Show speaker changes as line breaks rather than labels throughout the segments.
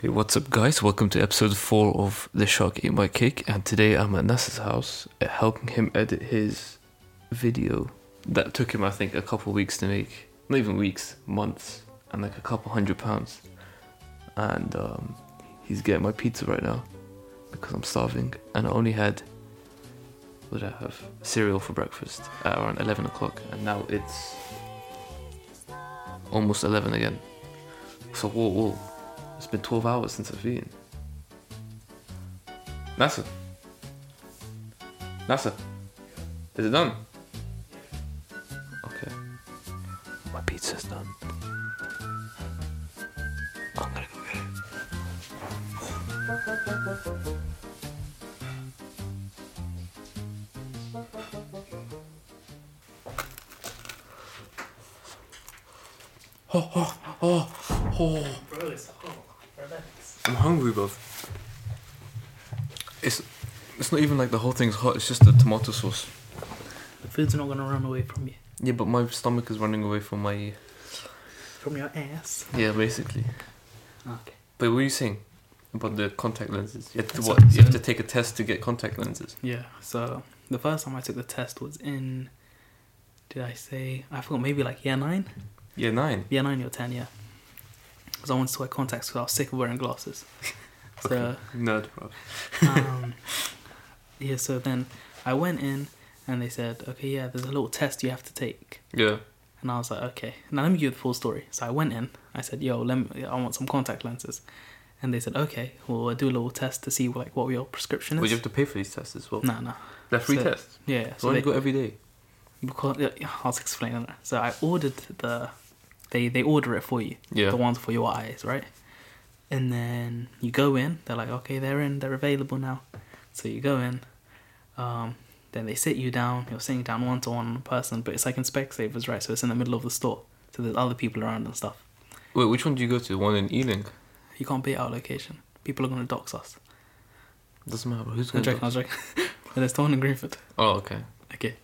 Hey, what's up, guys? Welcome to episode 4 of The Shark Ate My Cake. And today I'm at Nasser's house uh, helping him edit his video that took him, I think, a couple weeks to make. Not even weeks, months, and like a couple hundred pounds. And um, he's getting my pizza right now because I'm starving. And I only had, what did I have? Cereal for breakfast at around 11 o'clock. And now it's almost 11 again. So, whoa, whoa. It's been 12 hours since I've eaten. Nasser. Nasser. Is it done? Okay. My pizza's done. I'm gonna go get it.
Bro, it's hot. Relax.
I'm hungry, bruv. It's it's not even like the whole thing's hot, it's just the tomato sauce.
The food's not gonna run away from you,
Yeah, but my stomach is running away from my
from your ass.
Yeah, basically.
Okay.
But what were you saying? About the contact lenses. You have to
That's
what
what I'm
you have to
saying.
take a test to get contact lenses.
Yeah. So the first time I took the test was in. Did I say I forgot? Maybe like year nine,
Yeah, nine.
year nine or ten, yeah. Because I wanted to wear contacts because I was sick of wearing glasses. So
Nerd, bro.
um, yeah. So then I went in and they said, okay, yeah, there's a little test you have to take.
Yeah.
And I was like, okay. Now let me give you the full story. So I went in. I said, yo, let me, I want some contact lenses. And they said, okay, well, we'll do a little test to see like what your prescription
Would
is.
you have to pay for these tests as well?
No, no.
They're free
So-
tests.
Yeah. yeah.
So
So they,
go every day.
because, yeah, I was explaining that. So I ordered the, they they order it for you,
Yeah.
the ones for your eyes, right? And then you go in. They're like, okay, they're in. They're available now. So you go in. Um, then they sit you down. You're sitting down one to one on a person, but it's like in Specsavers, right? So it's in the middle of the store. So there's other people around and stuff.
Wait, which one do you go to? The one in Ealing?
You can't be at our location. People are gonna dox us.
Doesn't matter. bro. Who's
I'm
going
joking, I
to
was joking. but there's the one in Greenford.
Oh, okay.
Okay.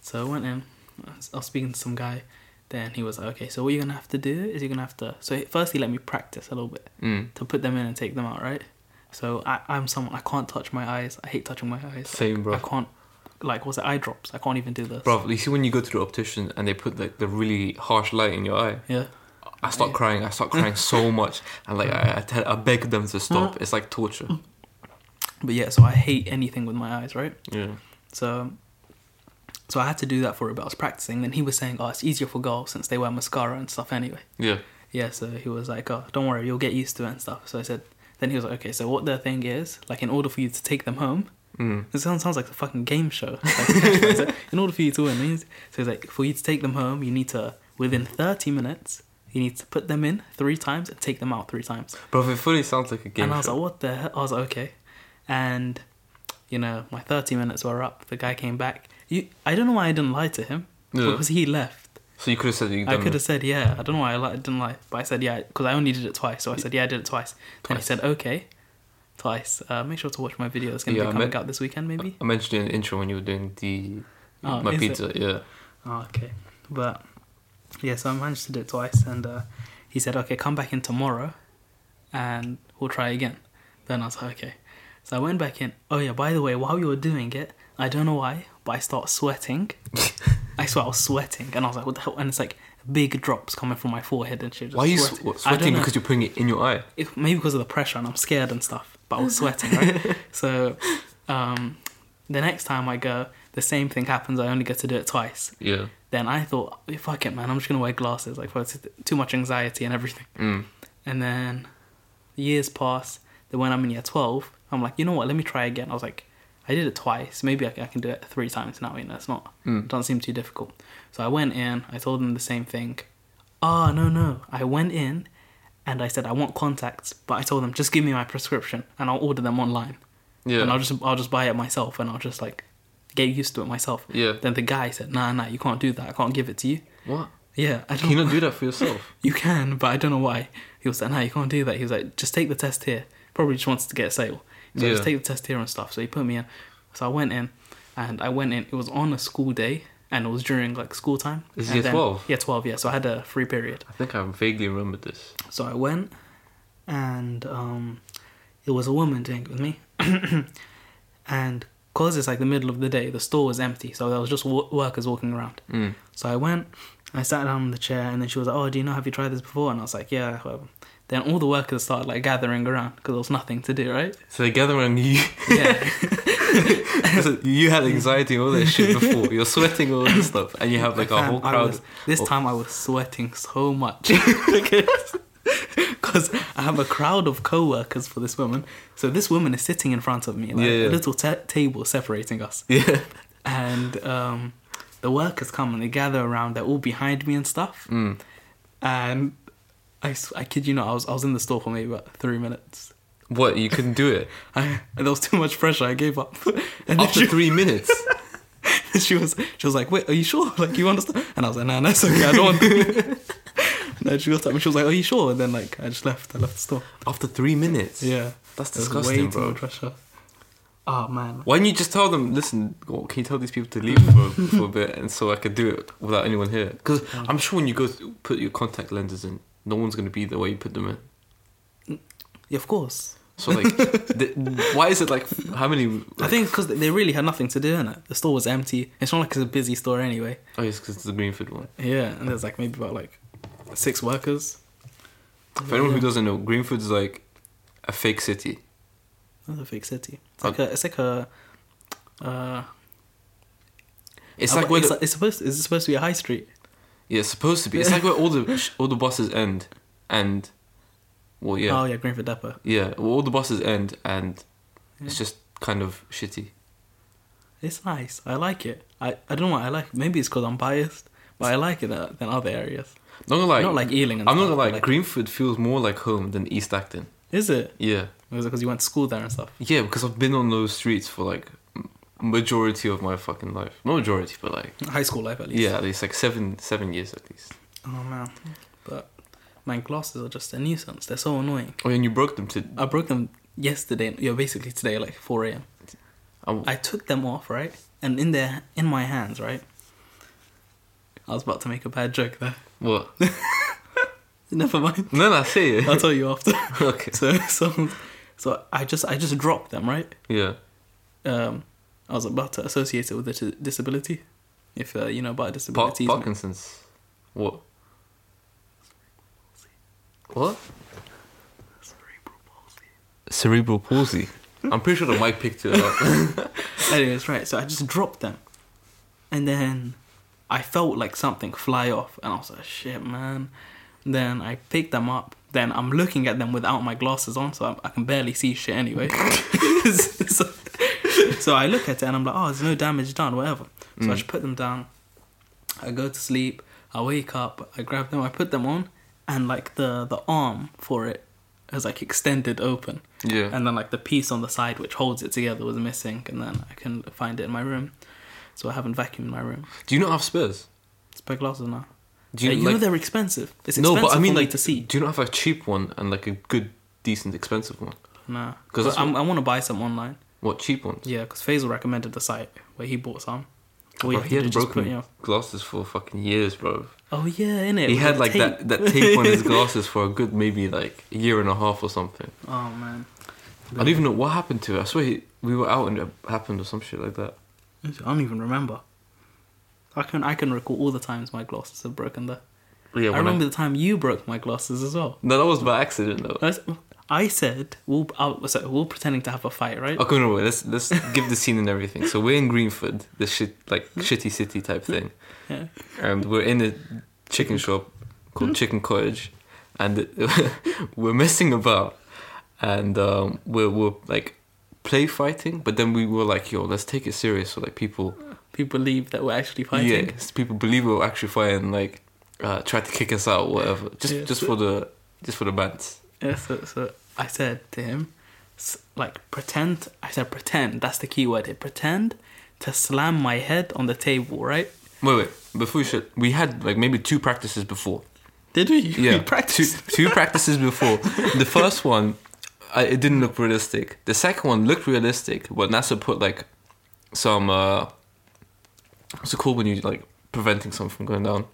So I went in, I was I was speaking to some guy, then he was like, Okay, so what you're gonna have to do is you're gonna have to so first he let me practice a little bit
Mm.
to put them in and take them out, right? So I, I'm someone I can't touch my eyes. I hate touching my eyes.
Same, bro.
I can't like what's it, eye drops. I can't even do this.
Bro, you see when you go to the optician and they put like the really harsh light in your eye,
Yeah.
I start
Yeah.
crying. I start crying so much, and like I, I, tell, I beg them to stop. It's like torture.
But yeah, so I hate anything with my eyes, right?
Yeah.
So so I had to do that for a bit. I was practicing, then he was saying, Oh, it's easier for girls since they wear mascara and stuff anyway.
Yeah.
yeah, so he was like, oh, don't worry, you'll get used to it and stuff. So I said, then he was like, okay, so what the thing is, like, in order for you to take them home,
Mm.
this sounds, sounds like a fucking game show. Like, so in order for you to win, means, so he's like, for you to take them home, you need to, within 30 minutes, you need to put them in three times and take them out three times.
Bro, it fully sounds like a game
and I was
show.
like, what the hell? I was like, okay. And, you know, my 30 minutes were up. The guy came back. You, I don't know why I didn't lie to him
Yeah.
because he left.
So you could have said you.
I could have said yeah. I don't know why I li- didn't lie, but I said yeah because I only did it twice. So I said yeah, I did it twice. Then he
Twice.
said okay, twice. Uh, make sure to watch my video. It's gonna
Yeah, I
be coming
meant-
out this weekend, maybe.
I mentioned in the intro when you were doing the
Oh,
my
is it?
pizza. Yeah.
Oh, okay, but yeah, so I managed to do it twice, and uh, he said okay, come back in tomorrow, and we'll try again. Then I was like okay, so I went back in. Oh yeah, by the way, while we were doing it, I don't know why, but I start sweating. I swear I was sweating, and I was like, what the hell? And it's like big drops coming from my forehead and shit. just
Why are you
sweating.
swe-
I don't
sweating
know.
because you're putting it in your eye?
it, maybe because of the pressure and I'm scared and stuff, but I was sweating, right? so um, the next time I go, the same thing happens. I only get to do it twice.
Yeah.
Then I thought, "Oh, fuck it, man, I'm just going to wear glasses. Like, well, it's too much anxiety and everything.
Mm.
And then years pass. Then when I'm in year 12, I'm like, you know what, let me try again. I was like, I did it twice. Maybe I, I can do it three times now. You know, it's not,
Mm.
it doesn't seem too difficult. So I went in, I told them the same thing. Ah, no, no. I went in and I said, I want contacts, but I told them, just give me my prescription and I'll order them online.
Yeah.
And I'll just, I'll just buy it myself and I'll just like get used to it myself.
Yeah.
Then the guy said, nah, nah, you can't do that. I can't give it to you.
What?
Yeah, I don't
Can you not do that for yourself?
you can, but I don't know why. He was like, no, you can't do that. He was like, just take the test here. Probably just wants to get a sale. So
Yeah.
just take the test here and stuff. So he put me in. So I went in, and I went in. It was on a school day, and it was during like school time.
Is
And
year
then-
12?
Yeah, 12, yeah. So I had a free period.
I think I vaguely remember this.
So I went, and um, it was a woman doing it with me. and because it's like the middle of the day, the store was empty, so there was just wo- workers walking around.
Mm.
So I went, I sat down on the chair, and then she was like, "Oh, do you know? Have you tried this before?" And I was like, "Yeah." whatever." Then all the workers started like gathering around because there was nothing to do, right?
So they gather around you.
Yeah,
so you had anxiety and all that shit before. You're sweating all this stuff, and you have like a
Fam,
whole
I
crowd.
was- this
of-
time I was sweating so much because I have a crowd of co-workers for this woman. So this woman is sitting in front of me, like
Yeah, yeah.
a little ta table separating us.
Yeah.
and um, the workers come and they gather around. They're all behind me and stuff.
Mm.
And I, s- I kid you not, I was I was in the store for maybe about three minutes.
What? You couldn't do it
I, and there was too much pressure. I gave up. And then
after
she,
three minutes.
she was she was like, "Wait, are you sure? Like, you understand?" And I was like, "No, nah, that's okay. I don't want to." and then she looked at me. She was like, "Are you sure?" And then like I just left. I left the store.
After three minutes.
Yeah,
That's
There was
disgusting,
way too
bro.
much pressure. Oh man.
Why don't you just tell them? Listen, well, can you tell these people to leave for, for a bit, and so I could do it without anyone here? Because I'm sure when you go th- put your contact lenses in, no one's gonna be there while you put them in.
Yeah, of course.
So like, the, why is it like? How many?
I think because they really had nothing to do in it. The store was empty. It's not like it's a busy store anyway.
Oh, yes, because it's the Greenfield one.
Yeah, and there's like maybe about like six workers.
For anyone who
Yeah.
doesn't know, Greenfield is like a fake city.
That's a fake city. It's
Oh.
like a. It's like a. Uh,
It's
uh,
like where
it's,
the,
it's supposed. Is it supposed to be a high street?
yeah, it's supposed to be. It's like where all the all the buses end, and well, yeah,
Oh yeah, Greenford Depot.
yeah, well, all the buses end, and
Yeah.
it's just kind of shitty.
It's nice. I like it. I, I don't know why I like. It. Maybe it's because I'm biased, but I like it uh, than other areas.
Not gonna lie,
not like Ealing. And
I'm not
stuff,
gonna lie,
but,
Greenfield feels more like home than East Acton.
is it?
Yeah,
Was it because you went to school there and stuff?
yeah, because I've been on those streets for like m- majority of my fucking life. Not majority, but like
High school life at least.
yeah, at least like seven seven years at least.
Oh man, but man, glasses are just a nuisance. They're so annoying.
Oh, and you broke them to.
I broke them yesterday. Yeah, basically today, like four a.m.
I,
Oh, I took them off, right? And in their in my hands, right? I was about to make a bad joke there.
what?
Never mind.
No, no, say it.
I'll tell you after.
okay.
So so so I just I just dropped them, right?
Yeah.
Um I was about to associate it with a t- disability. If uh, you know about
Pa-
disabilities.
Parkinson's. What? What?
Cerebral palsy.
Cerebral palsy. I'm pretty sure the mic picked it up.
Anyways, right. So I just dropped them. And then I felt like something fly off and I was like, shit, man. Then I picked them up. Then I'm looking at them without my glasses on, so I, I can barely see shit anyway. so, so I look at it and I'm like, oh, there's no damage done, whatever. So I just put them down. I go to sleep. I wake up. I grab them. I put them on, and like the the arm for it is like extended open
yeah.
and then like the piece on the side which holds it together was missing and then i couldn't find it in my room so i haven't vacuumed my room
Do you not have spares?
spare glasses now
Do
you,
you,
you know
like,
they're expensive it's
no,
expensive
but I mean
for me
like
to see
Do you not have a cheap one and like a good, decent, expensive one?
nah
'Cause
because
that's
i want to buy some online
What cheap ones?
yeah because faisal recommended the site where he bought some All you
Bro,
have
he
to do
had
is just
broken
put your-
glasses for fucking years, bro.
oh yeah in it
he had like that that tape on his glasses for a good maybe like a year and a half or something.
oh man
I don't even know what happened to it. I swear he, we were out and it happened or some shit like that.
i don't even remember i can i can recall all the times my glasses have broken there
But yeah,
i
when
remember the time you broke my glasses as well
No, that was by accident though.
I s- I said we'll I, so we're pretending to have a fight, right?
Okay, no, wait. Let's let's give the scene and everything. So we're in Greenford, the shit like shitty city type thing,
Hmm? Yeah. Hmm?
and we're in a chicken shop called Chicken Cottage, and we're messing about, and um, we're we're like play fighting, but then we were like, yo, let's take it serious, so like people,
People believe that we're actually fighting.
yeah, s- people believe we're actually fighting, like uh, try to kick us out, or whatever, just
Yeah.
just for the just for the bands.
Yeah, so, so I said to him, s- like, pretend. I said, pretend. That's the key word here. Pretend to slam my head on the table, right?
Wait, wait. Before we should, we had like maybe two practices before.
Did we?
yeah,
We practiced.
two, two practices before. The first one, I, it didn't look realistic. The second one looked realistic, but NASA put like some. Uh, what's it called when you like preventing something from going down?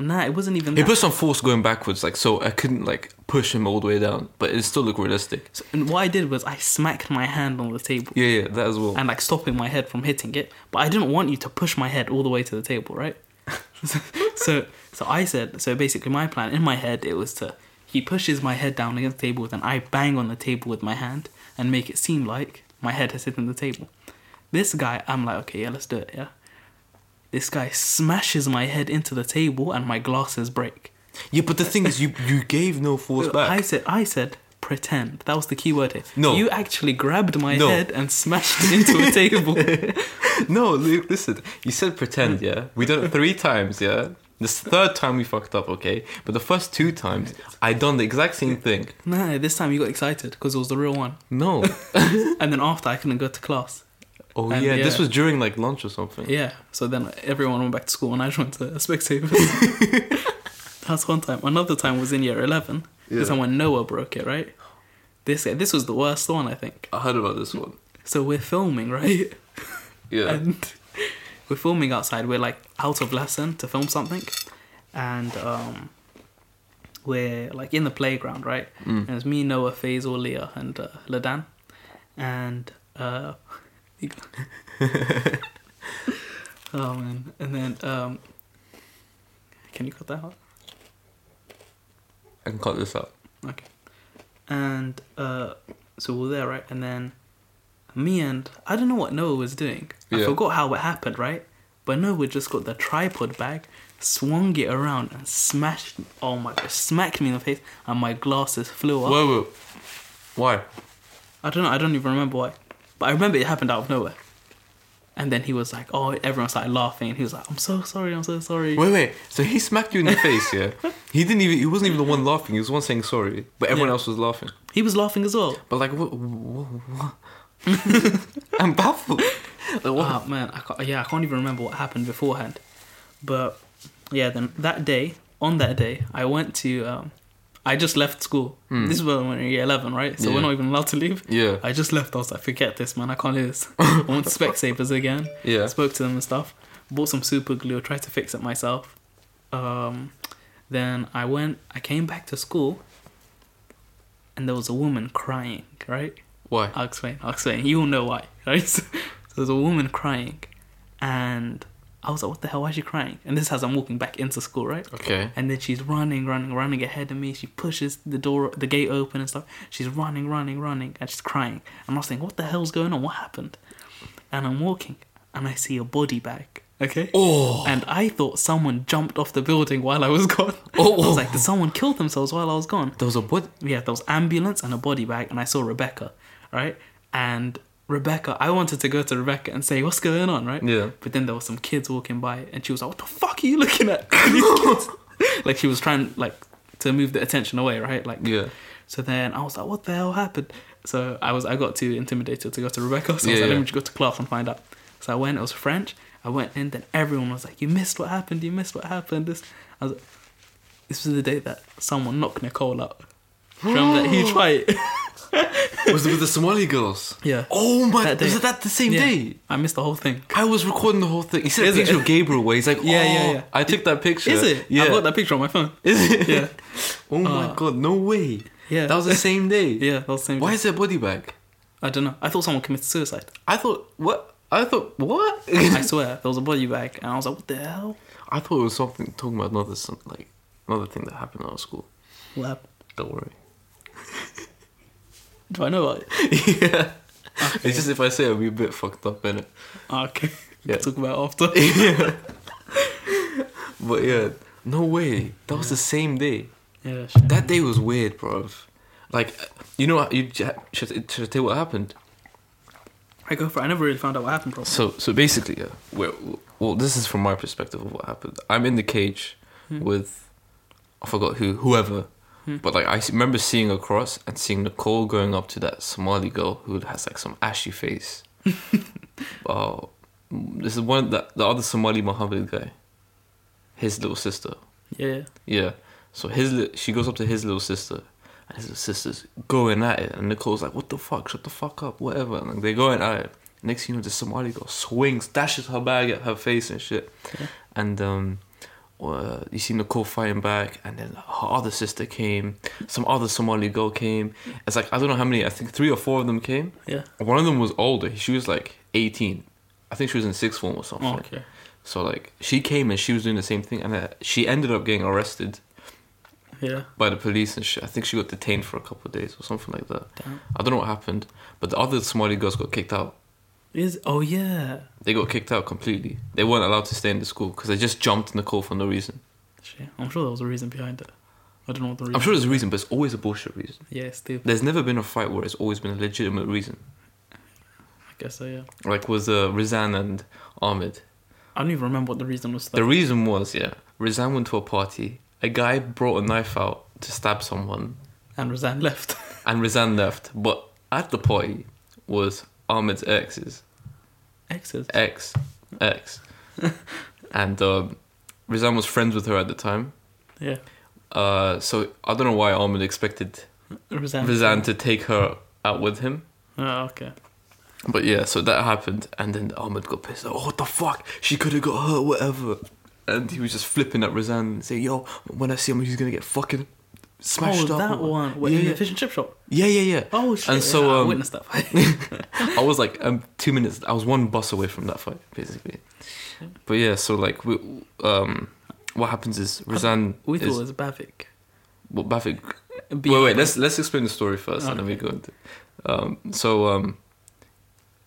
Nah, it wasn't even
He
that.
put some force going backwards, like so I couldn't like push him all the way down, but it still looked realistic.
So- and what I did was I smacked my hand on the table
Yeah, yeah, that as well.
and like stopping my head from hitting it. But I didn't want you to push my head all the way to the table, right? so so I said so basically my plan in my head it was to he pushes my head down against the table, then I bang on the table with my hand and make it seem like my head has hit on the table. This guy, I'm like, okay, yeah, let's do it, yeah. This guy smashes my head into the table and my glasses break.
yeah, but the thing is, you you gave no force
I
back.
said, I said, pretend. That was the key word here.
No.
you actually grabbed my
No.
head and smashed it into a table.
No, li- listen, you said pretend, yeah. We done it three times, yeah. This third time we fucked up, okay. But the first two times, I done the exact same thing.
No, this time you got excited because it was the real one.
No.
And then after, I couldn't go to class.
Oh
And
yeah, this
yeah.
was during like lunch or something.
Yeah. So then everyone went back to school and I just went to Specsavers. That's one time. Another time was in year 11. This
Yeah.
time when Noah broke it, right? This, this was the worst one, I think.
I heard about this one.
So we're filming, right?
Yeah.
and we're filming outside. We're like out of lesson to film something, and um, we're like in the playground, right? And it's me, Noah, Faisal, Leah, and uh, Ladan, and uh, oh man, and then um, can you cut that out?
I can cut this out.
Okay. And uh, so we're there, right? And then me and I don't know what Noah was doing. I
Yeah.
forgot how it happened, right? But Noah just got the tripod bag, swung it around, and smashed. Oh my gosh, smacked me in the face, and my glasses flew up.
Whoa, whoa. Why?
I don't know. I don't even remember why, but I remember it happened out of nowhere. And then he was like, "Oh!" Everyone started laughing. He was like, "I'm so sorry. I'm so sorry."
Wait, wait. So he smacked you in the face, yeah. He didn't even. He wasn't even the one laughing. He was the one saying sorry, but everyone
Yeah.
else was laughing.
He was laughing as well.
But like, what? what, what? I'm baffled. Like, what?
Oh man, I can't, yeah, I can't even remember what happened beforehand. But yeah, then that day, on that day, I went to. Um, I just left school. This is when we we're in year eleven, right? So we're
Hmm. Yeah.
not even allowed to leave.
Yeah.
I just left. I was like, forget this, man. I can't do this. I went to Specsavers again.
Yeah.
Spoke to them and stuff. Bought some super glue. Tried to fix it myself. Um, then I went. I came back to school. And there was a woman crying, right?
Why?
I'll explain. I'll explain. You'll know why, right? So, there's a woman crying, and I was like, "What the hell? Why is she crying?" And this is as I'm walking back into school, right?
Okay.
And then she's running, running, running ahead of me. She pushes the door, the gate open and stuff. She's running, running, running, and she's crying. And I was thinking, "What the hell's going on? What happened?" And I'm walking, and I see a body bag. Okay.
Oh.
And I thought someone jumped off the building while I was gone.
Oh.
I was like, did someone kill themselves while I was gone?
There was a body.
yeah, there was ambulance and a body bag, and I saw Rebecca, right? And Rebecca, I wanted to go to Rebecca and say, "What's going on?" Right?
Yeah.
But then there were some kids walking by, and she was like, "What the fuck are you looking at?" These kids. like she was trying like to move the attention away, right? Like
Yeah.
So then I was like, "What the hell happened?" So I was I got too intimidated to go to Rebecca, so I was
Yeah,
like, "Let
yeah.
me just go to class and find out." So I went. It was French. I went in, then everyone was like, "You missed what happened. You missed what happened." This, I was like, this was the day that someone knocked Nicole out. Do you Remember that huge fight?
Was it with the Somali girls?
Yeah.
Oh my!
That day.
was it that the same
Yeah.
day?
I missed the whole thing.
I was recording the whole thing. He said a
Is it?
picture of Gabriel where he's like,
Yeah,
oh,
yeah, yeah.
I took that picture.
Is it?
Yeah.
I've got that picture on my phone.
Is it?
Yeah.
Oh my
Uh,
god! No way.
yeah.
That was the same day.
Yeah, that was the same.
Why
day.
is there a body bag?
I don't know. I thought someone committed suicide.
I thought what? I thought what?
I swear, there was a body bag, and I was like, "What the hell?
I thought it was something talking about another some, like another thing that happened at our school.
What happened?
Don't worry.
Do I know about it?"
yeah. It's just if I say it, I'll be a bit fucked up in it.
Ah, okay,
Yeah.
we'll talk about it after.
But yeah, no way. That was the same day.
yeah, shit.
That day was weird, bro. Like, you know, what- you should, should I tell you what happened?
I go for. it. I never really found out what happened, bro.
So, so basically, yeah. Well, well, this is from my perspective of what happened. I'm in the cage with, I forgot who, whoever. But like, I s- remember seeing a cross and seeing Nicole going up to that Somali girl who has like some ashy face. Oh, this is one that the other Somali Mohammed guy, his little sister.
Yeah,
Yeah. So his li- she goes up to his little sister, and his little sister's going at it, and Nicole's like, "What the fuck? Shut the fuck up, whatever." And like, they're going at it. Next thing you know, the Somali girl swings, dashes her bag at her face and shit, and um, uh, you seen Nicole fighting back, and then her other sister came. Some other Somali girl came. It's like I don't know how many. I think three or four of them came.
Yeah.
One of them was older. She was like eighteen. I think she was in sixth form or something.
Oh, okay.
So like she came and she was doing the same thing, and uh, she ended up getting arrested
Yeah.
by the police, and she, I think she got detained for a couple of days or something like that.
Damn.
I don't know what happened, but the other Somali girls got kicked out.
Is oh yeah.
They got kicked out completely. They weren't allowed to stay in the school because they just jumped Nicole for no reason.
Shit. I'm sure there was a reason behind it. I don't know what the reason.
I'm sure there's a reason, but it's always a bullshit reason.
Yeah, it's stupid.
There's never been a fight where it's always been a legitimate reason.
I guess so. Yeah.
Like was uh, Rizan and Ahmed.
I don't even remember what the reason was.
The reason was, yeah, Rizan went to a party. A guy brought a knife out to stab someone,
and Roseanne left.
and Rizan left. But at the party was Ahmed's exes,
Exes.
ex, ex, and um, Rizan was friends with her at the time.
Yeah.
Uh, so I don't know why Ahmed expected
Roseanne.
Rizan to take her out with him.
Oh, okay.
But yeah, so that happened, and then Ahmed got pissed. Like, oh, what the fuck? She could have got hurt, whatever. And he was just flipping at Razan and saying, "Yo, when I see him, he's gonna get fucking smashed
oh,
up."
that
or-
one. Wait,
yeah,
in
yeah.
the fish and chip shop.
yeah, yeah, yeah.
Oh shit.
And so,
yeah, I
um,
witnessed that fight.
I was like, um, two minutes. I was one bus away from that fight, basically. But yeah, so like, we, um, what happens is Razan
we thought
is
it was Bavik.
well, Bafik
B-
wait, wait. Let's let's explain the story first, and then we
Okay.
go into. Um, so um,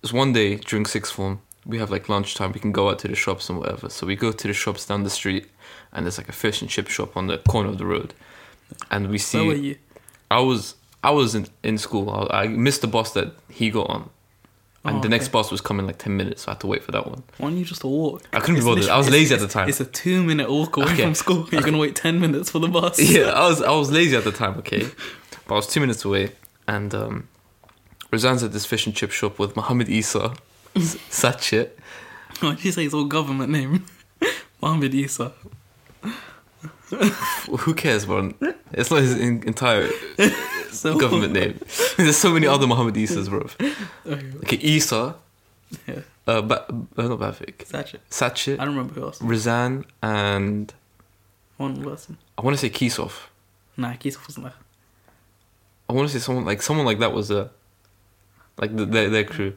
it's one day during sixth form. We have like lunchtime. We can go out to the shops and whatever. So we go to the shops down the street, and there's like a fish and chip shop on the corner of the road, and we
Where were
see.
you?
I was I was in, in school. I, I missed the bus that he got on, and
Oh,
the next
okay.
bus was coming like ten minutes. So I had to wait for that one.
Why don't you just walk?
I couldn't be
It's
bothered. I was
literally-
lazy at the
it's-
time.
It's a two minute walk away
Okay.
from school. You're gonna wait ten minutes for the bus.
yeah, I was I was lazy at the time, okay, but I was two minutes away, and um, Razan's at this fish and chip shop with Mohammed Isa, S- Sachet,
Why did you say it's all government name? Mohammed Isa.
Who cares, bro? It's not his en- entire
So
government name. There's so many other Mohammed Isas, bro.
Okay,
Okay, Isa,
yeah,
uh, ba- uh, not Bafik,
that's it. I
Sachet,
don't remember who else.
Razan, and
One person.
I want to say Kisov.
Nah, Kisuf wasn't there.
I want to say someone like someone like that was a like the, their their crew.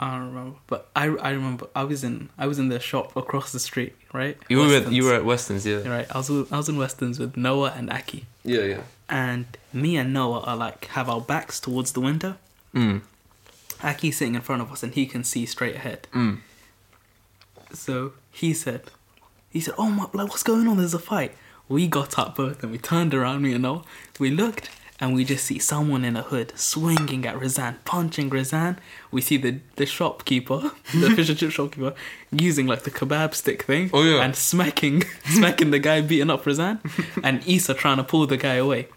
I don't remember, but I, I remember I was in I was in their shop across the street, right?
You were at,
Weston's.
you were at Weston's, yeah.
You're right. I was with- I was in Weston's with Noah and Aki,
Yeah, yeah.
and me and Noah are like have our backs towards the window.
Mm,
Aki's sitting in front of us, and he can see straight ahead.
mm.
So he said, he said, oh my, like what's going on? There's a fight. We got up both and we turned around, me and Noel. We looked and we just see someone in a hood swinging at Razan, punching Razan. We see the, the shopkeeper, the fish and chip shopkeeper, using like the kebab stick thing.
Oh, yeah.
And smacking, smacking the guy beating up Razan. and Issa trying to pull the guy away.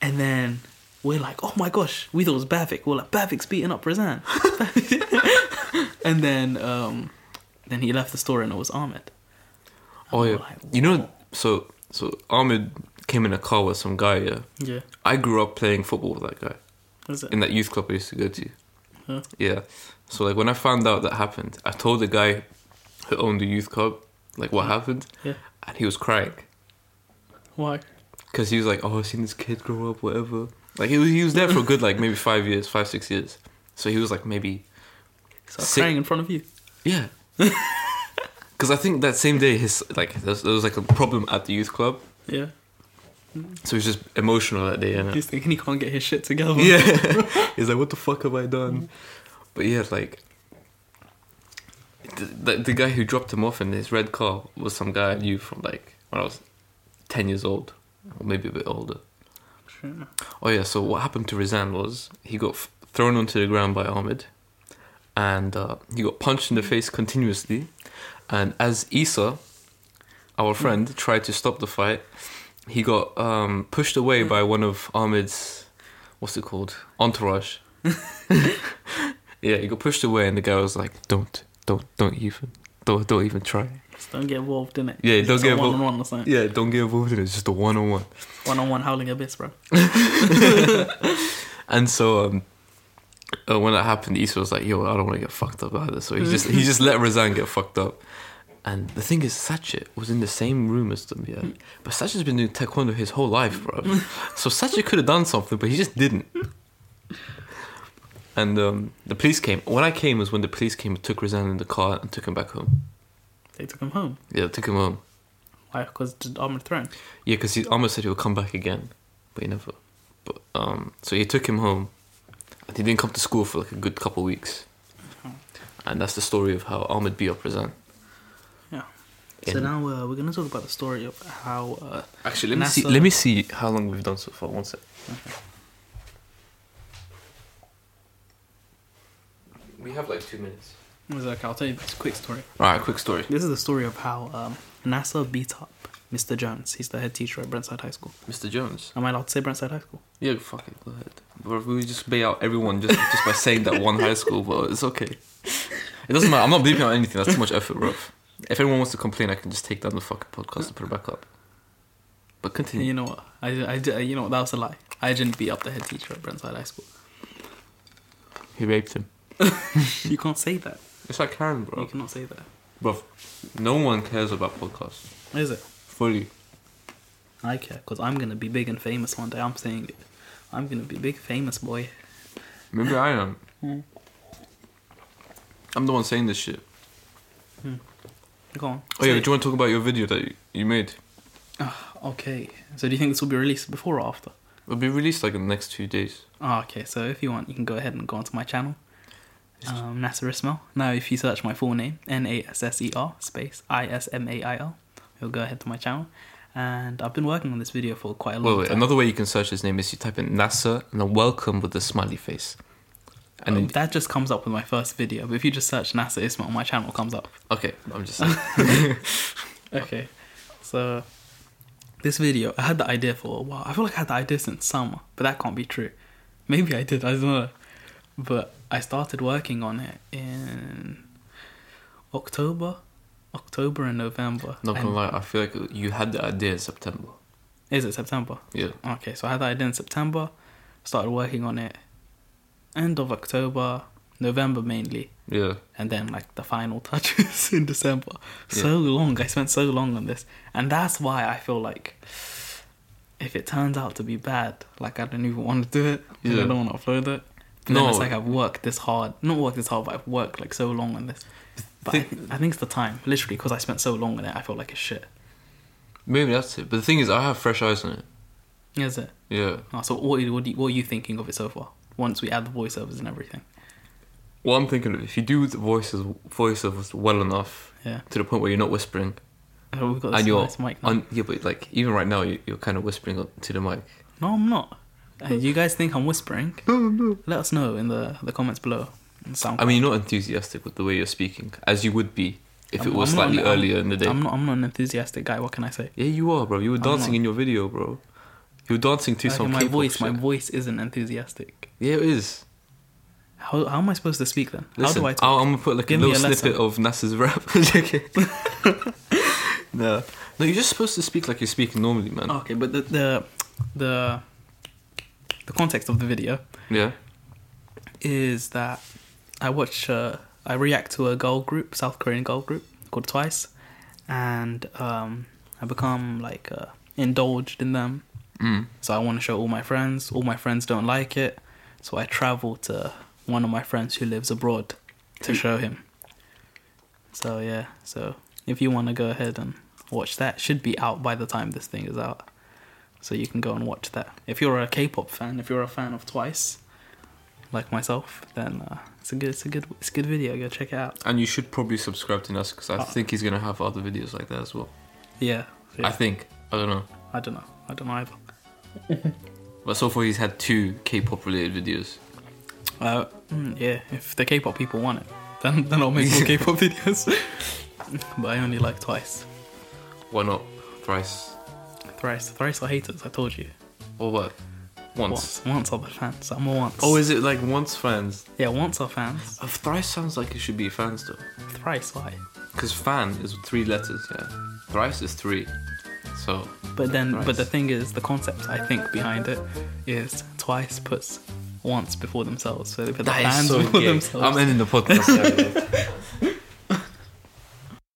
And then we're like, oh my gosh, we thought it was Bavik. We're like, Bavik's beating up Razan. and then um, then he left the store and it was Ahmed.
Oh
I'm
yeah.
like,
You know,
"Whoa."
so so Ahmed came in a car with some guy. Yeah,
Yeah.
I grew up playing football with that guy
Was it?
in that youth club I used to go to.
Huh?
Yeah. So like when I found out that happened, I told the guy who owned the youth club like what happened,
Yeah.
and he was crying
Why?
because he was like, "Oh, I've seen this kid grow up, whatever." Like he was, he was there for a good like maybe five years, five six years. So he was like maybe
So
Sick.
crying in front of you.
yeah. Because I think that same day his like there was, there was like a problem at the youth club,
Yeah.
so he was just emotional that day. And
He's thinking he can't get his shit together.
yeah. He's like, what the fuck have I done? But yeah, like. The, the, the guy who dropped him off in his red car was some guy I knew from like when I was 10 years old, or maybe a bit older.
Sure.
Oh, yeah, so what happened to Rizan was he got f- thrown onto the ground by Ahmed and uh, he got punched in the face continuously. And as Isa, our friend, tried to stop the fight, he got um, pushed away by one of Ahmed's, what's it called? Entourage. yeah, he got pushed away, and the guy was like, "Don't, don't, don't even, don't, don't even try."
Just don't get involved in it.
Yeah, don't get
one
involved.
on one or something.
Yeah, don't get involved in it. It's just a one-on-one.
One on one howling abyss, bro.
And so um, uh, when that happened, Issa was like, "Yo, I don't want to get fucked up either." So he just he just let Razan get fucked up, And the thing is, Sachin was in the same room as them, yeah. But Sachin's been doing taekwondo his whole life, bro. so Sachin could have done something, but he just didn't. And um, the police came. When I came was when the police came and took Razan in the car and took him back home.
They took him home.
Yeah, took him home.
Why? Because the armored throne.
Yeah, because he almost said he would come back again, but he never. But um, so he took him home, and he didn't come to school for like a good couple weeks.
Mhm.
And that's the story of how Ahmed beat up Razan.
Yeah.
In-
So now uh, we're gonna talk about the story of how. Uh,
Actually, let me see.
Nasser-
Let me see how long we've done so far. One sec. We have like two minutes.
was it? okay, I'll tell you this quick story.
All right, quick story.
This is the story of how um, NASA beat up Mr. Jones. He's the head teacher at Brentside High School.
Mr. Jones.
Am I allowed to say Brentside High School?
Yeah, fuck it. Go ahead. But we just bail out everyone just just by saying that one high school, but it's okay. It doesn't matter. I'm not bleeping out anything. That's too much effort, bro. If everyone wants to complain, I can just take down the fucking podcast and put it back up. But continue.
You know what? I, I, you know what? That was a lie. I didn't beat up the head teacher at Brentside High School.
He raped him.
you can't say that.
Yes, I can,
You
bro.
cannot say that.
Bro, no one cares about podcasts.
Is it?
Fully.
I care because I'm gonna be big and famous one day. I'm saying it. I'm gonna be big famous boy.
Maybe I am. I'm the one saying this shit.
Go on.
Oh yeah,
Say
do you want to talk about your video that you, you made?
it. Ah, okay. So do you think this will be released before or after?
It'll be released like in the next two days.
Ah, okay. So if you want, you can go ahead and go onto my channel, um, Nasser Ismail. Now, if you search my full name, N A S S E R space I S M A I L, you'll go ahead to my channel. And I've been working on this video for quite a long
Wait, wait,
time.
another way you can search his name is you type in NASA and then welcome with the smiley face. And then,
Um, that just comes up with my first video. But if you just search Nasser Ismail, my channel comes up.
Um, okay, I'm just saying.
Okay, so this video, I had the idea for a while. I feel like I had the idea since summer, but that can't be true. Maybe I did, I don't know. But I started working on it in October, October and November.
Not gonna
And-
lie, I feel like you had the idea in September.
Is it September?
Yeah.
Okay, so I had the idea in September, started working on it end of October, November mainly,
Yeah.
and then like the final touches in December. So long, I spent so long on this, and that's why I feel like if it turns out to be bad, like I don't even want to do it, and
Yeah.
I don't want to upload it. But then
No.
it's like I've worked this hard, not worked this hard, but I've worked like so long on this. But I,
Thi-
thi- I think it's the time, literally, because I spent so long on it. I feel like a shit.
Maybe that's it. But the thing is, I have fresh eyes on it.
Is it?
Yeah.
Oh, so what, what, do you, what are you thinking of it so far? Once we add the voiceovers and everything,
Well, I'm thinking of if you do the voices voiceovers well enough
yeah.
to the point where you're not whispering,
Oh, we've got
And
this
you're
nice mic now.
on, yeah, but like even right now, you, you're kind of whispering to the mic.
No, I'm not. Uh, you guys think I'm whispering? No, no. Let us know in the the comments below. on SoundCloud.
I mean, you're not enthusiastic with the way you're speaking, as you would be if it
I'm-
was
I'm not-
slightly
I'm-
earlier in the day.
I'm not. I'm not an enthusiastic guy. What can I say?
yeah, you are, bro. You were
I'm
dancing
not.
in your video, bro. You were dancing to
Okay,
some
my
K-pop
voice.
shit.
My voice isn't enthusiastic.
yeah, it is.
How how am I supposed to speak then?
Listen,
how do I
I
talk?
am gonna put like
Give
a
me
little
a
snippet of Nasser's rap. Okay. no, no, you're just supposed to speak like you're speaking normally, man.
okay, but the the the the context of the video
Yeah.
is that I watch, uh, I react to a girl group, South Korean girl group called Twice, and um, I become like uh, indulged in them.
Mm.
So I want to show all my friends. All my friends don't like it, so I travel to one of my friends who lives abroad to show him. So yeah, so if you want to go ahead and watch that, should be out by the time this thing is out. So you can go and watch that. If you're a K-pop fan, if you're a fan of Twice, like myself, then uh, it's a good, it's a good, it's a good video. Go check it out.
And you should probably subscribe to Nasser because I
Uh.
think he's gonna have other videos like that as well.
Yeah, yeah.
I think. I don't know.
I don't know, I don't know either.
But so far, he's had two K-pop related videos.
Uh, mm, yeah, if the K-pop people want it, then then I'll make more K-pop videos. but I only like twice,
Why not thrice?
thrice, thrice are haters. I told you.
Or what? Once.
Once, once are the fans. I'm a once.
Oh, is it like once fans?
yeah, once are fans.
Uh, thrice sounds like it should be fans though.
Thrice why?
Because fan is three letters, yeah. Thrice is three. So,
But then, but the
Thrice.
thing is, the concept I think behind it is twice puts once before themselves, so they put the fans before
gay.
themselves.
I'm ending the podcast.